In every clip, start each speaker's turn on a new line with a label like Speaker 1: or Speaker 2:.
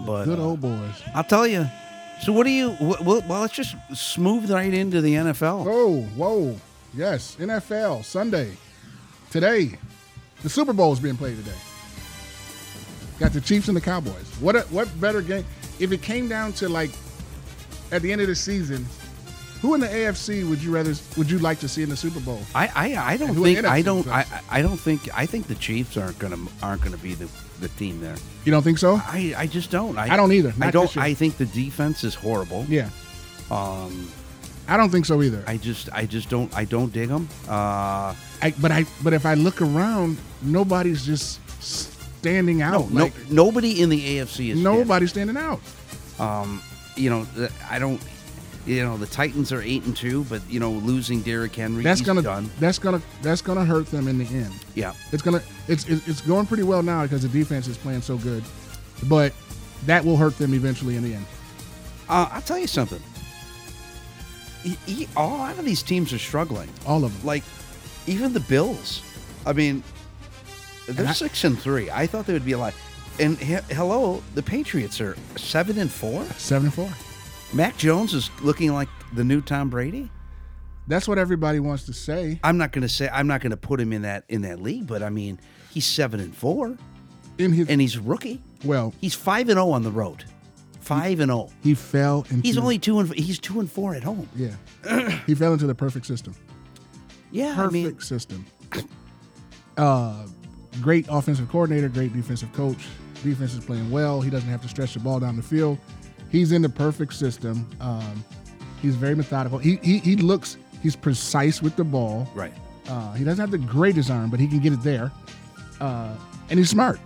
Speaker 1: But
Speaker 2: Good
Speaker 1: uh,
Speaker 2: old boys.
Speaker 1: I'll tell you. So what do you? wh- Well, well, let's just smooth right into the NFL.
Speaker 2: Whoa, whoa. Yes, NFL, Sunday. Today. The Super Bowl is being played today. Got the Chiefs and the Cowboys. What a, what better game? If it came down to like at the end of the season, who in the AFC would you rather would you like to see in the Super Bowl?
Speaker 1: I, I, I don't
Speaker 2: And who
Speaker 1: think
Speaker 2: in the
Speaker 1: I
Speaker 2: NFC
Speaker 1: don't I,
Speaker 2: first?
Speaker 1: I I don't think I think the Chiefs aren't gonna aren't gonna be the, the team there.
Speaker 2: You don't think so?
Speaker 1: I, I just don't. I,
Speaker 2: I don't either. Not
Speaker 1: I
Speaker 2: this
Speaker 1: don't.
Speaker 2: year.
Speaker 1: I think the defense is horrible.
Speaker 2: Yeah.
Speaker 1: Um,
Speaker 2: I don't think so either.
Speaker 1: I just I just don't I don't dig them. Uh,
Speaker 2: I, but I but if I look around, nobody's just standing
Speaker 1: no,
Speaker 2: out.
Speaker 1: no,
Speaker 2: like
Speaker 1: nobody in the AFC is dead.
Speaker 2: nobody's standing out.
Speaker 1: Um, you know, the- I don't. You know, the Titans are eight and two, but you know, losing Derrick Henry,
Speaker 2: That's
Speaker 1: he's
Speaker 2: gonna
Speaker 1: done.
Speaker 2: that's gonna that's gonna hurt them in the end.
Speaker 1: Yeah,
Speaker 2: It's gonna it's it's it's going pretty well now because the defense is playing so good, but that will hurt them eventually in the end.
Speaker 1: uh, I'll tell you something. E- e- a lot of these teams are struggling.
Speaker 2: All of them.
Speaker 1: Like, even the Bills. I mean, they're
Speaker 2: I-
Speaker 1: six and three. I thought they would be a lot. And he- hello, the Patriots are seven and four.
Speaker 2: Seven and four.
Speaker 1: Mac Jones is looking like the new Tom Brady.
Speaker 2: That's what everybody wants to say.
Speaker 1: I'm not going to say I'm not going to put him in that in that league, but I mean, he's seven and four,
Speaker 2: In his
Speaker 1: and he's a rookie.
Speaker 2: well,
Speaker 1: He's five and zero on the road, five and zero.
Speaker 2: he fell into
Speaker 1: He's only two and he's two and four at home.
Speaker 2: yeah. he fell into the perfect system.
Speaker 1: Yeah,
Speaker 2: Perfect
Speaker 1: I mean,
Speaker 2: system. Uh, great offensive coordinator, great defensive coach. Defense is playing well. He doesn't have to stretch the ball down the field. He's in the perfect system. Um, he's very methodical. He, he he looks. He's precise with the ball.
Speaker 1: right.
Speaker 2: Uh, he doesn't have the greatest arm, but he can get it there. Uh, and he's smart.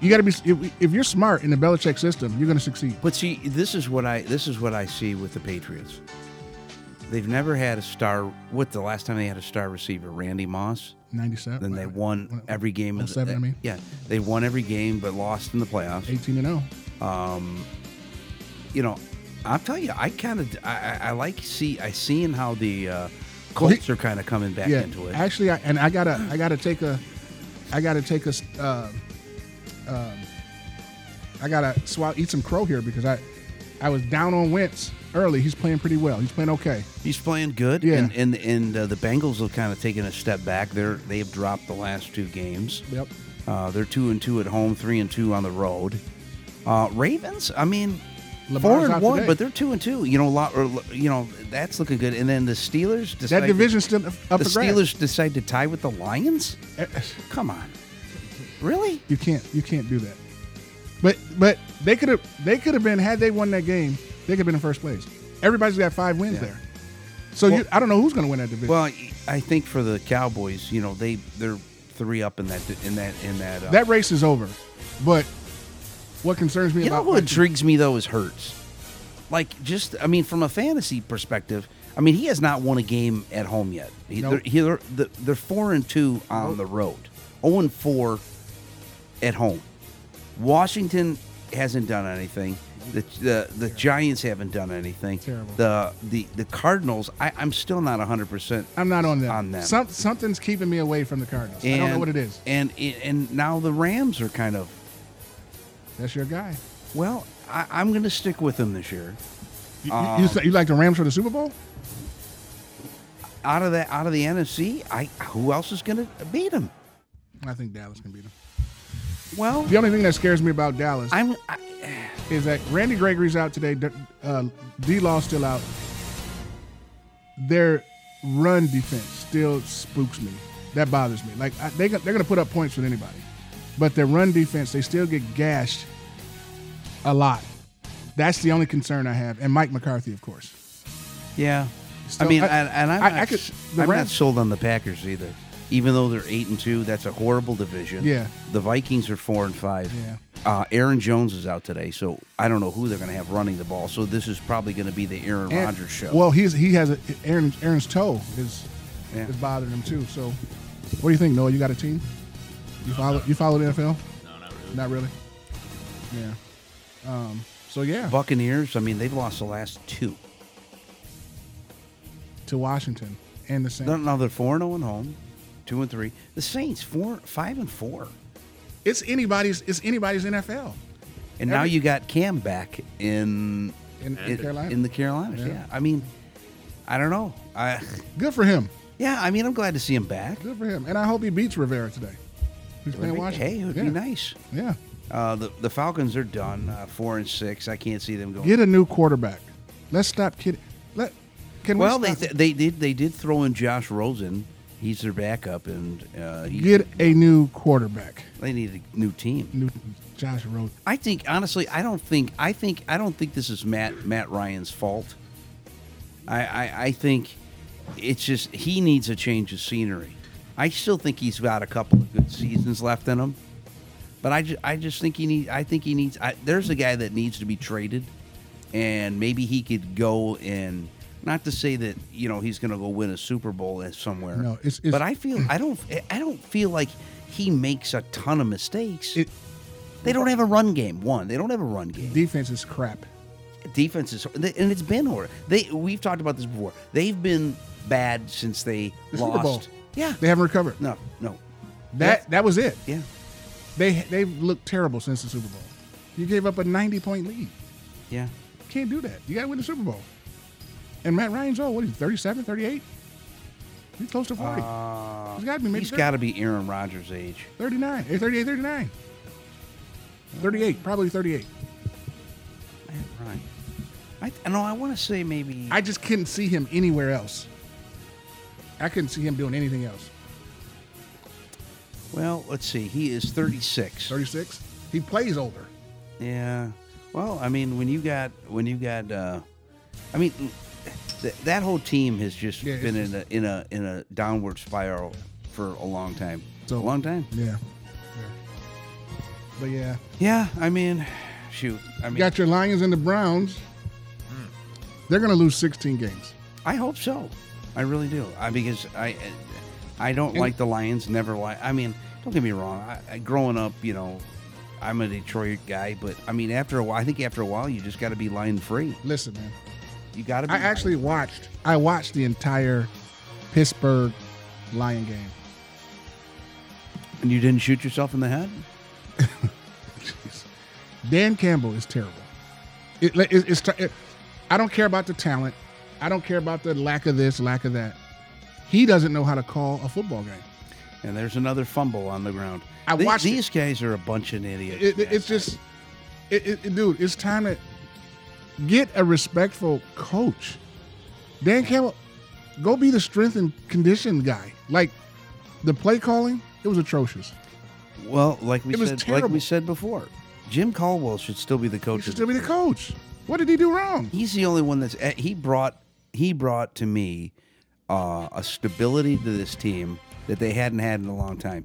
Speaker 2: You got to be if, if you're smart in the Belichick system, you're going to succeed.
Speaker 1: But see, this is what I this is what I see with the Patriots. They've never had a star. What the last time they had a star receiver, Randy Moss?
Speaker 2: Ninety-seven.
Speaker 1: Then they won every game. of the-
Speaker 2: 07, I mean.
Speaker 1: yeah, they won every game, but lost in the playoffs.
Speaker 2: Eighteen and oh. zero.
Speaker 1: um, you know, I'll tell you, I kind of I, I, I like see I seeing how the uh,
Speaker 2: Well, he-
Speaker 1: Colts are kind of coming back into it.
Speaker 2: Actually, I, and I gotta, I gotta take a, I gotta take a, s- uh, um, I gotta swallow, eat some crow here because I, I was down on Wentz early. He's playing pretty well. He's playing okay.
Speaker 1: He's playing good,
Speaker 2: Yeah.
Speaker 1: and and, and uh, the Bengals have kind of taken a step back. They're they have dropped the last two games.
Speaker 2: Yep.
Speaker 1: Uh, they're two and two at home, three and two on the road. Uh, Ravens, I mean,
Speaker 2: Lamar's
Speaker 1: four and
Speaker 2: out
Speaker 1: one,
Speaker 2: today.
Speaker 1: but they're two and two. You know, a lot, or, you know that's looking good. And then the Steelers, decide
Speaker 2: That division's still up
Speaker 1: the
Speaker 2: for grabs. Eh,
Speaker 1: Steelers decide to tie with the Lions. Come on, really?
Speaker 2: You can't, you can't do that. But, but they could have, they could have been had they won that game, they could have been in first place. Everybody's got five wins there. So
Speaker 1: Well-
Speaker 2: you, I don't know who's gonna win that division.
Speaker 1: Well, I think for the Cowboys, you know, they they're three up in that in that in that. Uh,
Speaker 2: that race is over. But what concerns me
Speaker 1: you know
Speaker 2: about
Speaker 1: who
Speaker 2: my-
Speaker 1: intrigues me though is Hurts. Like, just I mean, from a fantasy perspective, I mean, he has not won a game at home yet. He,
Speaker 2: Nope.
Speaker 1: they're, he- they're, they're four and two on the road, zero and four at home. Washington hasn't done anything. The the, the Giants haven't done anything.
Speaker 2: Terrible.
Speaker 1: The the the Cardinals. I, I'm still not 100 percent
Speaker 2: I'm not on them.
Speaker 1: On them.
Speaker 2: Some, something's keeping me away from the Cardinals. I don't know what it is.
Speaker 1: And and now the Rams are kind of
Speaker 2: That's your guy.
Speaker 1: well. I, I'm going to stick with them this year.
Speaker 2: You, you-
Speaker 1: Um,
Speaker 2: you say- you like the Rams for the Super Bowl?
Speaker 1: Out of that, out of the NFC, I who else is going to beat them?
Speaker 2: I think Dallas can beat them.
Speaker 1: Well,
Speaker 2: The only thing that scares me about Dallas
Speaker 1: I'm I,
Speaker 2: is that Randy Gregory's out today. D- Uh, D. Law's still out. Their run defense still spooks me. That bothers me. Like I, they, go- they're going to put up points with anybody, but their run defense they still get gashed a lot. That's the only concern I have. And Mike McCarthy, of course.
Speaker 1: yeah.
Speaker 2: Still-
Speaker 1: I mean,
Speaker 2: I-
Speaker 1: and, and I'm,
Speaker 2: I-
Speaker 1: not,
Speaker 2: I could- the
Speaker 1: am not
Speaker 2: Rams-
Speaker 1: sold on the Packers either. Even though they're eight and two, that's a horrible division.
Speaker 2: Yeah.
Speaker 1: The Vikings are four and five.
Speaker 2: Yeah.
Speaker 1: Uh, Aaron Jones is out today, so I don't know who they're going to have running the ball. So this is probably going to be the Aaron
Speaker 2: And-
Speaker 1: Rodgers show.
Speaker 2: Well, he's he has a Aaron Aaron's toe is
Speaker 1: Yeah.
Speaker 2: is bothering him too. So, what do you think, Noah? You got a team? You follow you follow the NFL?
Speaker 3: No, not really.
Speaker 2: Not really. Yeah. Um. So yeah,
Speaker 1: Buccaneers. I mean, they've lost the last two.
Speaker 2: to Washington and the Saints.
Speaker 1: No, no, they're four and zero and home, two and three. The Saints four, five and four.
Speaker 2: It's anybody's. It's anybody's NFL.
Speaker 1: And now you got Cam back in
Speaker 2: In-
Speaker 1: in,
Speaker 2: Carolina.
Speaker 1: in the Carolinas. Yeah.
Speaker 2: Yeah.
Speaker 1: I mean, I don't know. I
Speaker 2: Good for him.
Speaker 1: yeah. I mean, I'm glad to see him back.
Speaker 2: Good for him. And I hope he beats Rivera today. He's playing Washington.
Speaker 1: Hey, it would
Speaker 2: yeah.
Speaker 1: be nice.
Speaker 2: Yeah.
Speaker 1: Uh, the the Falcons are done uh, four and six. I can't see them going.
Speaker 2: Get a new quarterback. Let's stop kidding. Let can
Speaker 1: well,
Speaker 2: we
Speaker 1: they,
Speaker 2: stop?
Speaker 1: they did they did throw in Josh Rosen. He's their backup, and uh, he,
Speaker 2: get a new quarterback.
Speaker 1: they need a new team.
Speaker 2: New Josh Rosen.
Speaker 1: I think honestly, I don't think I think I don't think this is Matt Matt Ryan's fault. I I, I think it's just he needs a change of scenery. I still think he's got a couple of good seasons left in him, but I just, I just think he need I think he needs I, there's a guy that needs to be traded, and maybe he could go and not to say that you know he's going to go win a Super Bowl at somewhere.
Speaker 2: No, it's- it's-
Speaker 1: but I feel I don't I don't feel like he makes a ton of mistakes.
Speaker 2: It,
Speaker 1: They don't have a run game. One, they don't have a run game.
Speaker 2: defense is crap.
Speaker 1: Defense is, and it's been horrible. They we've talked about this before. They've been bad since they
Speaker 2: The Super
Speaker 1: lost.
Speaker 2: Bowl.
Speaker 1: Yeah.
Speaker 2: They haven't recovered.
Speaker 1: no. No.
Speaker 2: That that was it.
Speaker 1: Yeah.
Speaker 2: They they've looked terrible since the Super Bowl. You gave up a 90 point lead.
Speaker 1: Yeah.
Speaker 2: Can't do that. You got to win the Super Bowl. And Matt Ryan's old. What is he? 37, 38? He's close to 40.
Speaker 1: Uh,
Speaker 2: he's got to be maybe
Speaker 1: he's
Speaker 2: 30,
Speaker 1: got to be Aaron Rodgers' age.
Speaker 2: 39, eh, 38, 39. 38, probably 38.
Speaker 1: Man, right. I I know. I want to say maybe.
Speaker 2: I just couldn't see him anywhere else. I couldn't see him doing anything else.
Speaker 1: well, let's see. He is 36.
Speaker 2: 36. He plays older.
Speaker 1: Yeah. Well, I mean, when you got when you got, uh, I mean, th- that whole team has just
Speaker 2: Yeah, it's
Speaker 1: been in a in a in a downward spiral for a long time.
Speaker 2: So-
Speaker 1: a long time.
Speaker 2: Yeah. yeah. But yeah.
Speaker 1: Yeah. I mean, shoot. I mean,
Speaker 2: You got your Lions and the Browns. They're going to lose 16 games.
Speaker 1: I hope so. I really do. I because I I don't like the Lions. Never like. I mean, don't get me wrong. I, I, growing up, you know, I'm a Detroit guy, but I mean, after a while, I think after a while, you just got to be lion free.
Speaker 2: Listen, man.
Speaker 1: You got to. be
Speaker 2: I actually watched. I watched the entire Pittsburgh Lion game.
Speaker 1: and you didn't shoot yourself in the head.
Speaker 2: Jeez. Dan Campbell is terrible. It, it, it's. ter- It, I don't care about the talent. I don't care about the lack of this, lack of that. He doesn't know how to call a football game.
Speaker 1: And there's another fumble on the ground.
Speaker 2: I
Speaker 1: The-
Speaker 2: watched it.
Speaker 1: these guys are a bunch of idiots.
Speaker 2: It, it- it's just, it, it, it- dude. It's time to get a respectful coach. Dan Campbell, go be the strength and condition guy. Like the play calling, it was atrocious.
Speaker 1: well, like we
Speaker 2: it was
Speaker 1: said, like we
Speaker 2: terrible.
Speaker 1: said before, Jim Caldwell should still be the
Speaker 2: He
Speaker 1: coach.
Speaker 2: should
Speaker 1: of
Speaker 2: still be the coach. What did he do wrong?
Speaker 1: He's the only one that's eh, he brought he brought to me uh, a stability to this team that they hadn't had in a long time.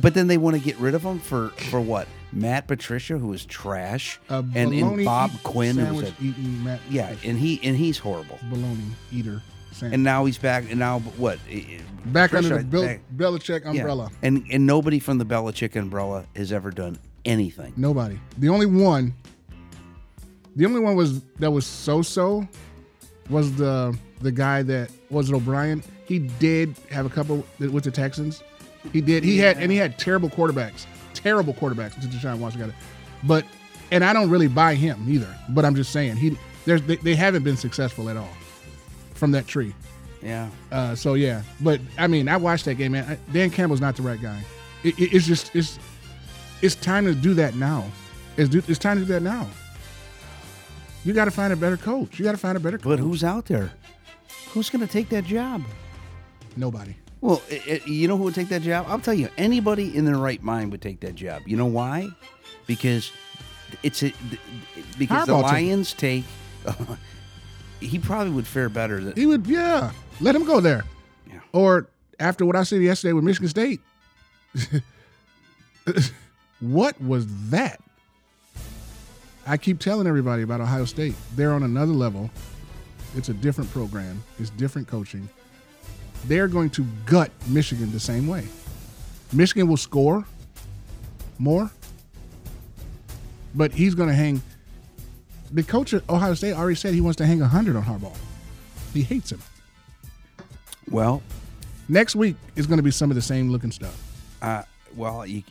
Speaker 1: But then they want to get rid of him for for what? Matt Patricia, who is trash,
Speaker 2: A
Speaker 1: and, and
Speaker 2: bologna
Speaker 1: Bob
Speaker 2: eat-
Speaker 1: Quinn, who was
Speaker 2: sandwich
Speaker 1: a,
Speaker 2: eating Matt.
Speaker 1: yeah, and he and he's horrible.
Speaker 2: baloney eater. Sandwich.
Speaker 1: And now he's back. And now what? eh, eh,
Speaker 2: back under the
Speaker 1: Patricia,
Speaker 2: Bill,
Speaker 1: back-
Speaker 2: Belichick
Speaker 1: Yeah.
Speaker 2: umbrella.
Speaker 1: And and nobody from the Belichick umbrella has ever done anything.
Speaker 2: Nobody. The only one. The only one was that was so so, was the the guy that was it O'Brien. He did have a couple with the Texans. He did. He had and he had terrible quarterbacks. Terrible quarterbacks. Since Deshaun Watson got it, but and I don't really buy him either. But I'm just saying he there's they, they haven't been successful at all from that tree.
Speaker 1: Yeah.
Speaker 2: Uh, so yeah, but I mean, I watched that game, man. I- Dan Campbell's not the right guy. It, it, it's just it's it's time to do that now. It's do, it's time to do that now. You got to find a better coach. You got to find a better coach.
Speaker 1: But who's out there? Who's going to take that job?
Speaker 2: Nobody.
Speaker 1: Well, i i you know who would take that job? I'll tell you. Anybody in their right mind would take that job. You know why? Because it's a, because the
Speaker 2: Harbaugh took it.
Speaker 1: Lions take. he probably would fare better than
Speaker 2: He would, yeah. Let him go there.
Speaker 1: Yeah.
Speaker 2: Or after what I said yesterday with Michigan State, what was that? I keep telling everybody about Ohio State. They're on another level. It's a different program. It's different coaching. They're going to gut Michigan the same way. Michigan will score more, but he's going to hang. The coach at Ohio State already said he wants to hang 100 on Harbaugh. He hates him.
Speaker 1: well.
Speaker 2: Next week is going to be some of the same looking stuff.
Speaker 1: Uh, well, you,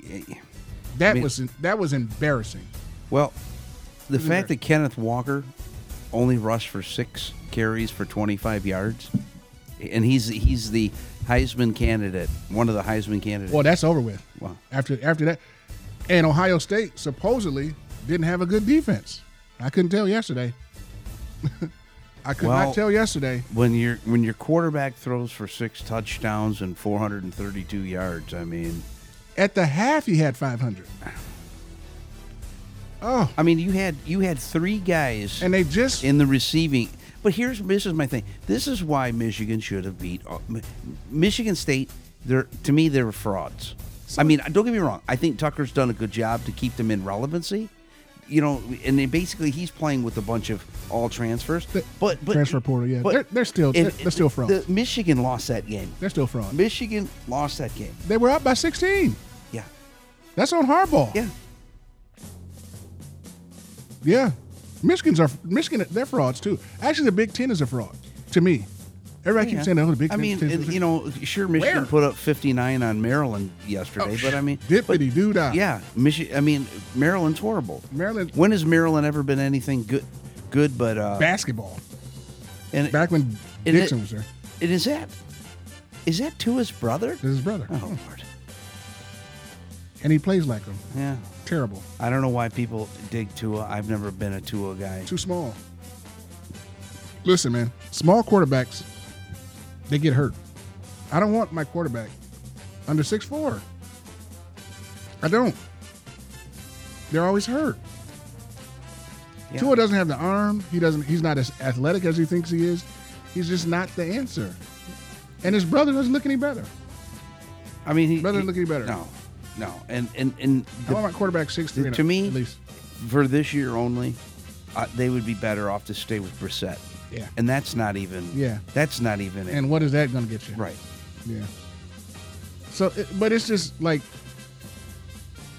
Speaker 2: That
Speaker 1: mean-
Speaker 2: was that was embarrassing.
Speaker 1: well, The
Speaker 2: Isn't
Speaker 1: fact
Speaker 2: there?
Speaker 1: that Kenneth Walker only rushed for six carries for 25 yards, and he's he's the Heisman candidate, one of the Heisman candidates.
Speaker 2: Well, that's over with.
Speaker 1: Wow.
Speaker 2: After after that, and Ohio State supposedly didn't have a good defense. I couldn't tell yesterday. I could
Speaker 1: Well-
Speaker 2: not tell yesterday.
Speaker 1: When your when your quarterback throws for six touchdowns and 432 yards, I mean,
Speaker 2: At the half, he had 500. Oh,
Speaker 1: I mean you had you had three guys
Speaker 2: and they just
Speaker 1: in the receiving. But here's this is my thing. This is why Michigan should have beat Mi- Michigan State. They're to me they're frauds. I mean, don't get me wrong. I think Tucker's done a good job to keep them in relevancy. You know, and then basically he's playing with a bunch of all transfers. But but
Speaker 2: transfer portal, yeah. They're- they're still-
Speaker 1: and-
Speaker 2: they're- they're still frauds.
Speaker 1: The, Michigan lost that game.
Speaker 2: they're still fraud.
Speaker 1: Michigan lost that game.
Speaker 2: They were up by 16.
Speaker 1: Yeah,
Speaker 2: That's on Harbaugh.
Speaker 1: yeah.
Speaker 2: Yeah. Michigan's are Michigan. They're frauds too. Actually, the Big Ten is a fraud to me. Everybody
Speaker 1: yeah.
Speaker 2: keeps saying, "Oh, the Big
Speaker 1: I
Speaker 2: Ten."
Speaker 1: mean,
Speaker 2: Ten-
Speaker 1: and, you know, sure Michigan
Speaker 2: Where? Oh,
Speaker 1: put up 59 on Maryland yesterday, but I mean,
Speaker 2: dippity doo dah.
Speaker 1: Yeah, Michi- I mean, Maryland's horrible.
Speaker 2: Maryland-
Speaker 1: When has Maryland ever been anything good? Good, but uh,
Speaker 2: basketball.
Speaker 1: and
Speaker 2: Back when
Speaker 1: it-
Speaker 2: Dixon was there,
Speaker 1: and is that is that Tua's brother?
Speaker 2: this is his brother,
Speaker 1: Oh Lord,
Speaker 2: and he plays like him.
Speaker 1: yeah.
Speaker 2: Terrible.
Speaker 1: I don't know why people dig Tua. I've never been a Tua guy.
Speaker 2: Too small. Listen, man. Small quarterbacks, they get hurt. I don't want my quarterback under six four. I don't. They're always hurt.
Speaker 1: Yeah.
Speaker 2: Tua doesn't have the arm. He doesn't. He's not as athletic as he thinks he is. He's just not the answer. And his brother doesn't look any better.
Speaker 1: I mean, he
Speaker 2: Brother
Speaker 1: he-
Speaker 2: look any better. Oh,
Speaker 1: No, no, and and and
Speaker 2: I want my quarterback six three.
Speaker 1: to me,
Speaker 2: at least.
Speaker 1: for this year only, uh, they would be better off to stay with Brissett.
Speaker 2: Yeah.
Speaker 1: and that's not even.
Speaker 2: Yeah.
Speaker 1: that's not even. it.
Speaker 2: And what is that going to get you?
Speaker 1: right.
Speaker 2: Yeah. So, it, but it's just like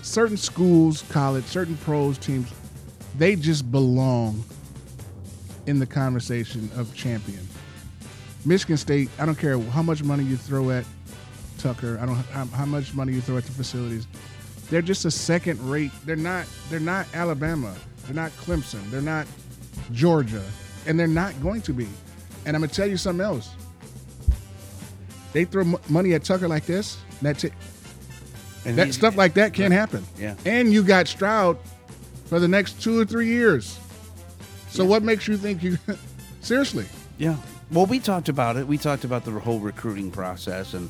Speaker 2: certain schools, college, certain pros teams, they just belong in the conversation of champion. Michigan State, I don't care how much money you throw at Tucker, I don't how, how much money you throw at the facilities. They're just a second rate. They're not they're not Alabama. They're not Clemson. They're not Georgia. And they're not going to be. And I'm going to tell you something else they throw m- money at Tucker like this, that's it.
Speaker 1: And
Speaker 2: That
Speaker 1: he-
Speaker 2: stuff like that can't happen.
Speaker 1: Yeah.
Speaker 2: And you got Stroud for the next two or three years. So what makes you think you? seriously,
Speaker 1: Yeah. Well, we talked about it. We talked about the whole recruiting process, and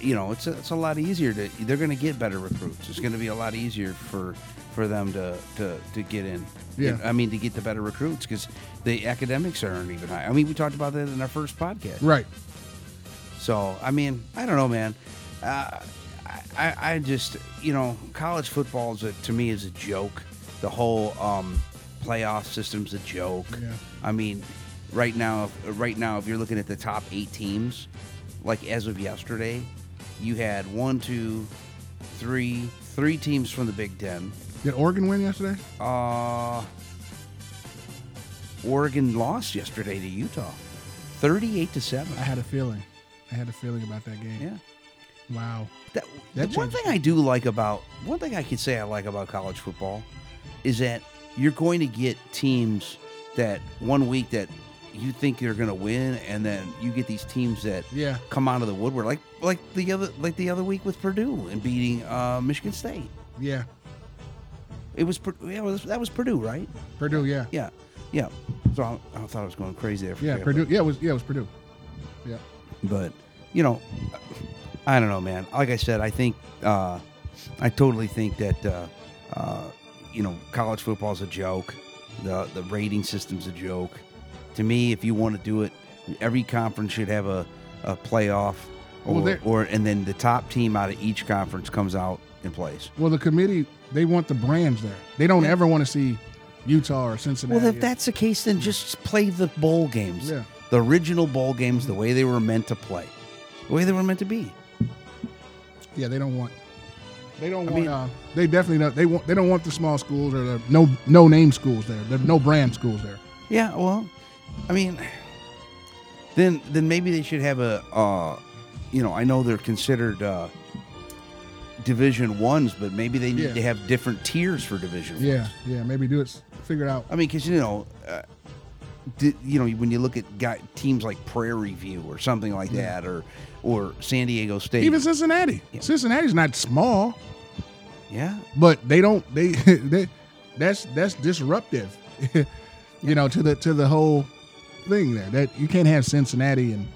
Speaker 1: you know, it's a, it's a lot easier to. They're going to get better recruits. It's going to be a lot easier for for them to to, to get in.
Speaker 2: Yeah.
Speaker 1: I mean, to get the better recruits because the academics aren't even high. I mean, we talked about that in our first podcast.
Speaker 2: right?
Speaker 1: So, I mean, I don't know, man. Uh, I, I I just, you know, college football is a, to me is a joke. The whole um, playoff system's a joke.
Speaker 2: Yeah.
Speaker 1: I mean, right now, right now, if you're looking at the top eight teams, like as of yesterday, you had one, two, three, three teams from the Big Ten.
Speaker 2: Did Oregon win yesterday?
Speaker 1: Uh, Oregon lost yesterday to Utah, thirty-eight to seven.
Speaker 2: I had a feeling. I had a feeling about that game.
Speaker 1: Yeah.
Speaker 2: Wow.
Speaker 1: That,
Speaker 2: That
Speaker 1: the one
Speaker 2: changes
Speaker 1: thing I do like about one thing I could say I like about college football is that you're going to get teams that one week that you think you're going to win, and then you get these teams that
Speaker 2: Yeah.
Speaker 1: come out of the woodwork, like like the other like the other week with Purdue and beating uh, Michigan State.
Speaker 2: Yeah.
Speaker 1: It was Pur- yeah, it was- that was Purdue, right?
Speaker 2: Purdue. Yeah.
Speaker 1: Yeah, yeah. So I, I thought I was going crazy there. For
Speaker 2: Yeah.
Speaker 1: a
Speaker 2: Purdue. Yeah. It was. Yeah. It was Purdue. Yeah.
Speaker 1: but you know i don't know man like i said i think uh, i totally think that uh, uh, you know college football's a joke the the rating system's a joke to me if you want to do it every conference should have a, a playoff or,
Speaker 2: Well, there-
Speaker 1: or and then the top team out of each conference comes out and plays
Speaker 2: Well, the committee they want the brands there. They don't ever want to see Utah or Cincinnati.
Speaker 1: well if that's the case then just play the bowl games
Speaker 2: Yeah.
Speaker 1: the original bowl games the way they were meant to play the way they were meant to be
Speaker 2: Yeah, they don't want. They don't
Speaker 1: I
Speaker 2: want.
Speaker 1: mean-
Speaker 2: uh, they definitely don't. They want. They don't want the small schools or the no no name schools there. The no brand schools there.
Speaker 1: Yeah, well, I mean, then then maybe they should have a, uh, you know, I know they're considered uh, Division ones, but maybe they need
Speaker 2: Yeah.
Speaker 1: to have different tiers for Division ones.
Speaker 2: Yeah, yeah. Maybe do it. s- Figure it out.
Speaker 1: I mean, because you know, uh, di- you know, when you look at guy, teams like Prairie View or something like that, or or San Diego State,
Speaker 2: Even Cincinnati. Cincinnati's not small,
Speaker 1: yeah,
Speaker 2: but they don't. They, they that's that's disruptive. you know, to the to the whole thing there. That you can't have Cincinnati and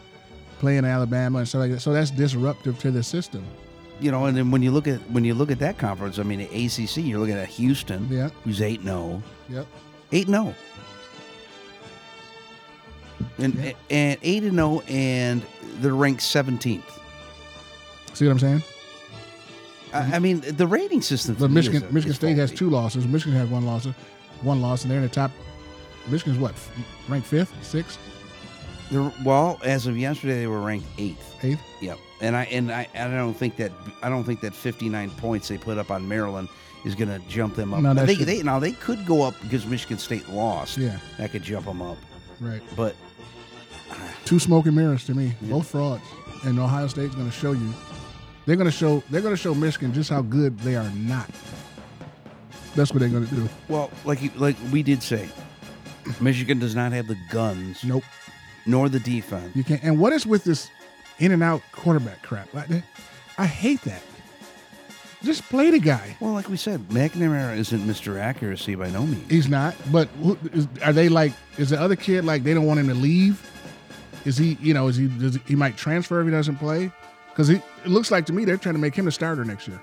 Speaker 2: playing Alabama and stuff like that. So that's disruptive to the system.
Speaker 1: you know, and then when you look at when you look at that conference, I mean, the ACC, you're looking at Houston,
Speaker 2: Yeah.
Speaker 1: who's eight oh, zero,
Speaker 2: Yep.
Speaker 1: eight zero, and
Speaker 2: Yeah.
Speaker 1: and eight and zero, and they're ranked seventeenth.
Speaker 2: See what I'm saying?
Speaker 1: I, I mean, the rating system. to
Speaker 2: Mm-hmm. But
Speaker 1: me
Speaker 2: Michigan
Speaker 1: is a-
Speaker 2: Michigan
Speaker 1: is
Speaker 2: State has
Speaker 1: faulty.
Speaker 2: two losses. Michigan has one loss, one loss, and they're in the top. Michigan's what? f- Ranked fifth, sixth,
Speaker 1: They're, well, as of yesterday, they were ranked eighth.
Speaker 2: eighth.
Speaker 1: Yep. And I and I, and I don't think that I don't think that 59 points they put up on Maryland is going to jump them up.
Speaker 2: No,
Speaker 1: now
Speaker 2: that
Speaker 1: they,
Speaker 2: should-
Speaker 1: they now they could go up because Michigan State lost.
Speaker 2: Yeah,
Speaker 1: That could jump them up.
Speaker 2: right.
Speaker 1: But
Speaker 2: Two smoke and mirrors to me.
Speaker 1: Yeah.
Speaker 2: Both frauds. And Ohio State's going to show you. They're going to show. They're going to show Michigan just how good they are not. That's what they're going to do.
Speaker 1: well, like you, like we did say, Michigan does not have the guns
Speaker 2: Nope.
Speaker 1: nor the defense.
Speaker 2: You can't. And what is with this in and out quarterback crap? Like that- I hate that. Just play the guy.
Speaker 1: Well, like we said, McNamara isn't Mr. Accuracy by no means.
Speaker 2: He's not. But who, is, are they like? Is the other kid like? They don't want him to leave. Is he? You know? Is he? Does he, he might transfer if he doesn't play? Because it looks like to me they're trying to make him the starter next year.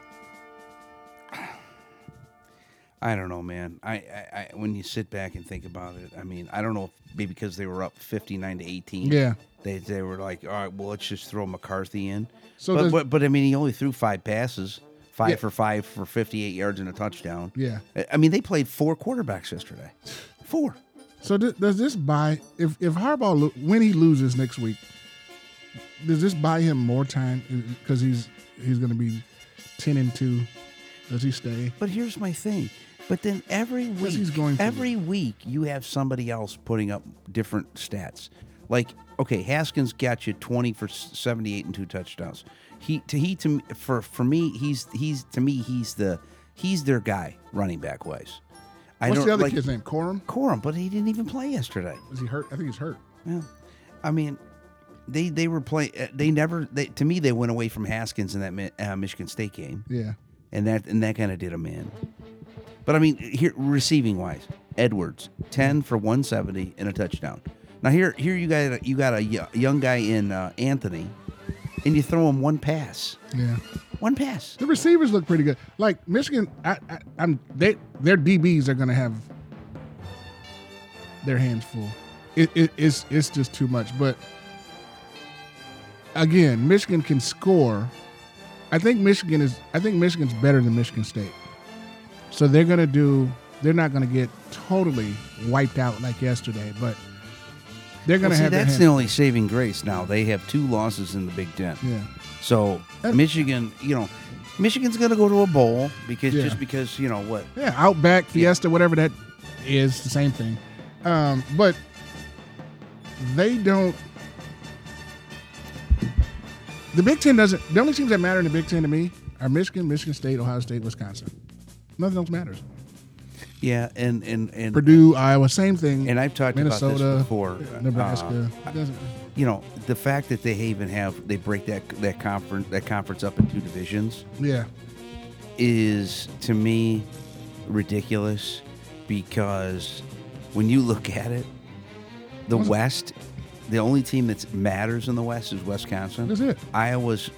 Speaker 1: I don't know, man. I, I, I when you sit back and think about it, I mean, I don't know if maybe because they were up 59 to 18.
Speaker 2: Yeah.
Speaker 1: They, they were like, all right, well, let's just throw McCarthy in.
Speaker 2: So
Speaker 1: but,
Speaker 2: there's-
Speaker 1: but, but I mean, he only threw five passes, five
Speaker 2: Yeah.
Speaker 1: for five for 58 yards and a touchdown.
Speaker 2: Yeah.
Speaker 1: I- I mean, they played four quarterbacks yesterday. Four.
Speaker 2: So th- does this buy if if Harbaugh lo- when he loses next week, does this buy him more time because he's he's going to be ten and two? Does he stay?
Speaker 1: But here's my thing. But then every week,
Speaker 2: he's going for
Speaker 1: every week, you have somebody else putting up different stats. Like, okay, Haskins got you 20 for s- 78 and two touchdowns. He to he to m- for for me, he's he's to me he's the he's their guy running back wise. I
Speaker 2: What's
Speaker 1: don't
Speaker 2: the other
Speaker 1: like
Speaker 2: kid's name? Corum?
Speaker 1: Corum, but he didn't even play yesterday.
Speaker 2: Is he hurt? I think he's hurt.
Speaker 1: Yeah. I mean, they they were play uh, they never they, to me they went away from Haskins in that Mi- uh, Michigan State game
Speaker 2: Yeah.
Speaker 1: and that and that kind of did him in. But I mean, here receiving wise, Edwards ten for one seventy and a touchdown. Now here here you got you got a y- young guy in uh, Anthony, and you throw him one pass,
Speaker 2: Yeah.
Speaker 1: one pass.
Speaker 2: The receivers look pretty good. Like Michigan, I, I, I'm they their DBs are going to have their hands full. It, it, it's it's just too much. But again, Michigan can score. I think Michigan is. I think Michigan's better than Michigan State. So they're going to do. They're not going to get totally wiped out like yesterday, but they're going
Speaker 1: Well,
Speaker 2: to
Speaker 1: see,
Speaker 2: have. their
Speaker 1: that's the
Speaker 2: hands-
Speaker 1: only saving grace. Now they have two losses in the Big Ten.
Speaker 2: yeah.
Speaker 1: So
Speaker 2: And-
Speaker 1: Michigan, you know, Michigan's going to go to a bowl because
Speaker 2: Yeah.
Speaker 1: just because you know what
Speaker 2: Yeah, Outback, Fiesta, whatever that is, the same thing. Um, but they don't. The Big Ten doesn't. The only teams that matter in the Big Ten to me are Michigan, Michigan State, Ohio State, Wisconsin. Nothing else matters.
Speaker 1: yeah, and and and
Speaker 2: Purdue, Iowa, same thing.
Speaker 1: And I've talked about this
Speaker 2: Minnesota,
Speaker 1: before.
Speaker 2: Nebraska.
Speaker 1: Uh,
Speaker 2: It doesn't-
Speaker 1: you know the fact that they even have they break that that conference that conference up in two divisions.
Speaker 2: yeah,
Speaker 1: is to me ridiculous because when you look at it, the
Speaker 2: Mm-hmm.
Speaker 1: West, the only team that matters in the West is Wisconsin.
Speaker 2: that's it.
Speaker 1: Iowa's,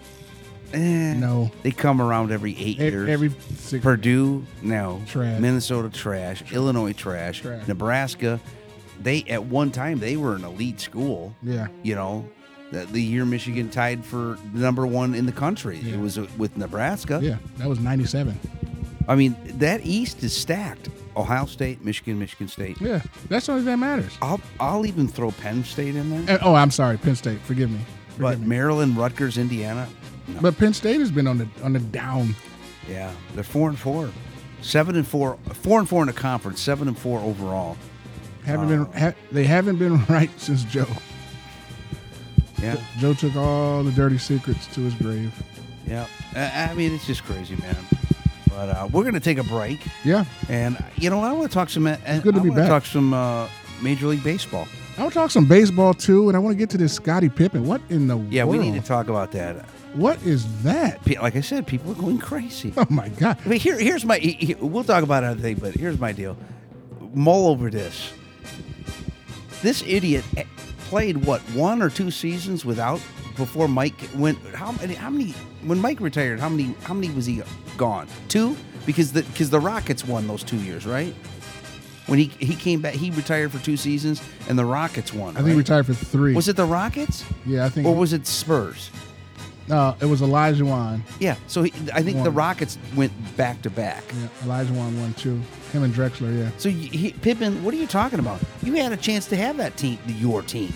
Speaker 1: eh,
Speaker 2: No.
Speaker 1: they come around every eight
Speaker 2: E-
Speaker 1: years.
Speaker 2: Every six.
Speaker 1: Purdue, no.
Speaker 2: Trash.
Speaker 1: Minnesota, trash. Illinois, trash.
Speaker 2: Trash.
Speaker 1: Nebraska, they at one time they were an elite school
Speaker 2: yeah,
Speaker 1: you know, the, the year Michigan tied for number one in the country.
Speaker 2: Yeah.
Speaker 1: It was uh, with Nebraska.
Speaker 2: yeah. That was ninety-seven.
Speaker 1: I mean, that East is stacked. Ohio State, Michigan, Michigan State.
Speaker 2: Yeah, that's the only thing that matters.
Speaker 1: I'll, I'll even throw Penn State in there.
Speaker 2: And- oh, I'm sorry, Penn State. Forgive me. Forgive
Speaker 1: But
Speaker 2: me.
Speaker 1: Maryland, Rutgers, Indiana, no.
Speaker 2: But Penn State has been on the on the down.
Speaker 1: yeah, they're four and four, seven and four, four and four in a conference, seven and four overall.
Speaker 2: Haven't been ha- they haven't been right since Joe.
Speaker 1: Yeah,
Speaker 2: Joe took all the dirty secrets to his grave.
Speaker 1: Yeah. I, I mean, it's just crazy, man. But uh, we're going to take a break.
Speaker 2: Yeah.
Speaker 1: And, uh, you know, I want to talk some. uh,
Speaker 2: good to
Speaker 1: I
Speaker 2: be
Speaker 1: wanna
Speaker 2: back.
Speaker 1: talk some uh, Major League Baseball.
Speaker 2: I want to talk some baseball too, and I want to get to this Scottie Pippen. What in the
Speaker 1: Yeah,
Speaker 2: world?
Speaker 1: we need to talk about that.
Speaker 2: What is that?
Speaker 1: Pe- Like I said, people are going crazy.
Speaker 2: Oh my God!
Speaker 1: I mean, here, here's my. he- he- We'll talk about it another day, but here's my deal. Mull over this. This idiot eh, played what one or two seasons without before Mike went. How many? How many? When Mike retired, how many? How many was he gone? Two, because the because the Rockets won those two years, right? When he he came back, he retired for two seasons, and the Rockets won.
Speaker 2: I think he
Speaker 1: right?
Speaker 2: retired for three.
Speaker 1: Was it the Rockets?
Speaker 2: Yeah, I think.
Speaker 1: Or was it Spurs?
Speaker 2: uh, it was Elijah Wan.
Speaker 1: Yeah. So he, I think the
Speaker 2: One.
Speaker 1: Rockets went back to back.
Speaker 2: Yeah, Elijah Wan won two. Him and Drexler. Yeah.
Speaker 1: So you, he, Pippen, what are you talking about? You had a chance to have that team, your team.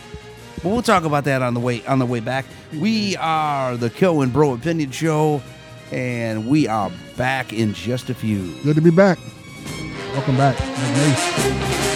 Speaker 1: But we'll talk about that on the way on the way back. We are the Co and Bro Opinion Show, and we are back in just a few.
Speaker 2: Good to be back. Welcome back. Nice.